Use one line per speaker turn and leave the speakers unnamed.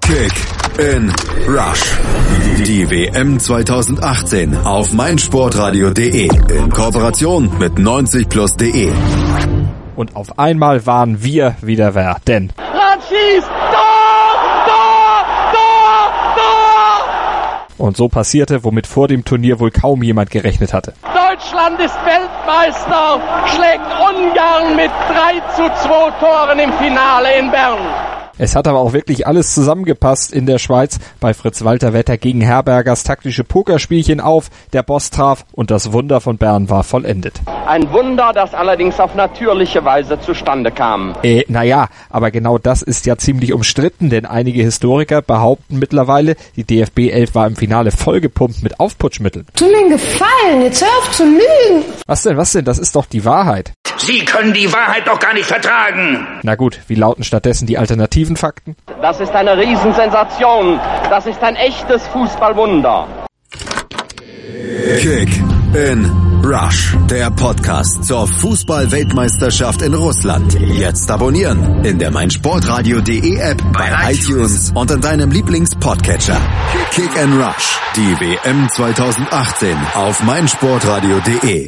Kick in Rush. Die WM 2018 auf meinsportradio.de in Kooperation mit 90plus.de.
Und auf einmal waren wir wieder wer, denn
Brand schießt! Da! Da! Da!
und so passierte, womit vor dem Turnier wohl kaum jemand gerechnet hatte.
Da! Deutschland ist Weltmeister, schlägt Ungarn mit 3 zu 2 Toren im Finale in Bern.
Es hat aber auch wirklich alles zusammengepasst in der Schweiz. Bei Fritz Walter Wetter gingen Herbergers taktische Pokerspielchen auf, der Boss traf und das Wunder von Bern war vollendet.
Ein Wunder, das allerdings auf natürliche Weise zustande kam.
Äh, naja, aber genau das ist ja ziemlich umstritten, denn einige Historiker behaupten mittlerweile, die DFB 11 war im Finale vollgepumpt mit Aufputschmitteln.
Tu mir einen Gefallen, jetzt hör auf zu lügen.
Was denn, was denn, das ist doch die Wahrheit.
Sie können die Wahrheit doch gar nicht vertragen.
Na gut, wie lauten stattdessen die alternativen Fakten?
Das ist eine Riesensensation. Das ist ein echtes Fußballwunder.
Kick in Rush. Der Podcast zur Fußball-Weltmeisterschaft in Russland. Jetzt abonnieren in der meinsportradio.de App, bei iTunes und in deinem Lieblings-Podcatcher. Kick in Rush. Die WM 2018 auf meinsportradio.de.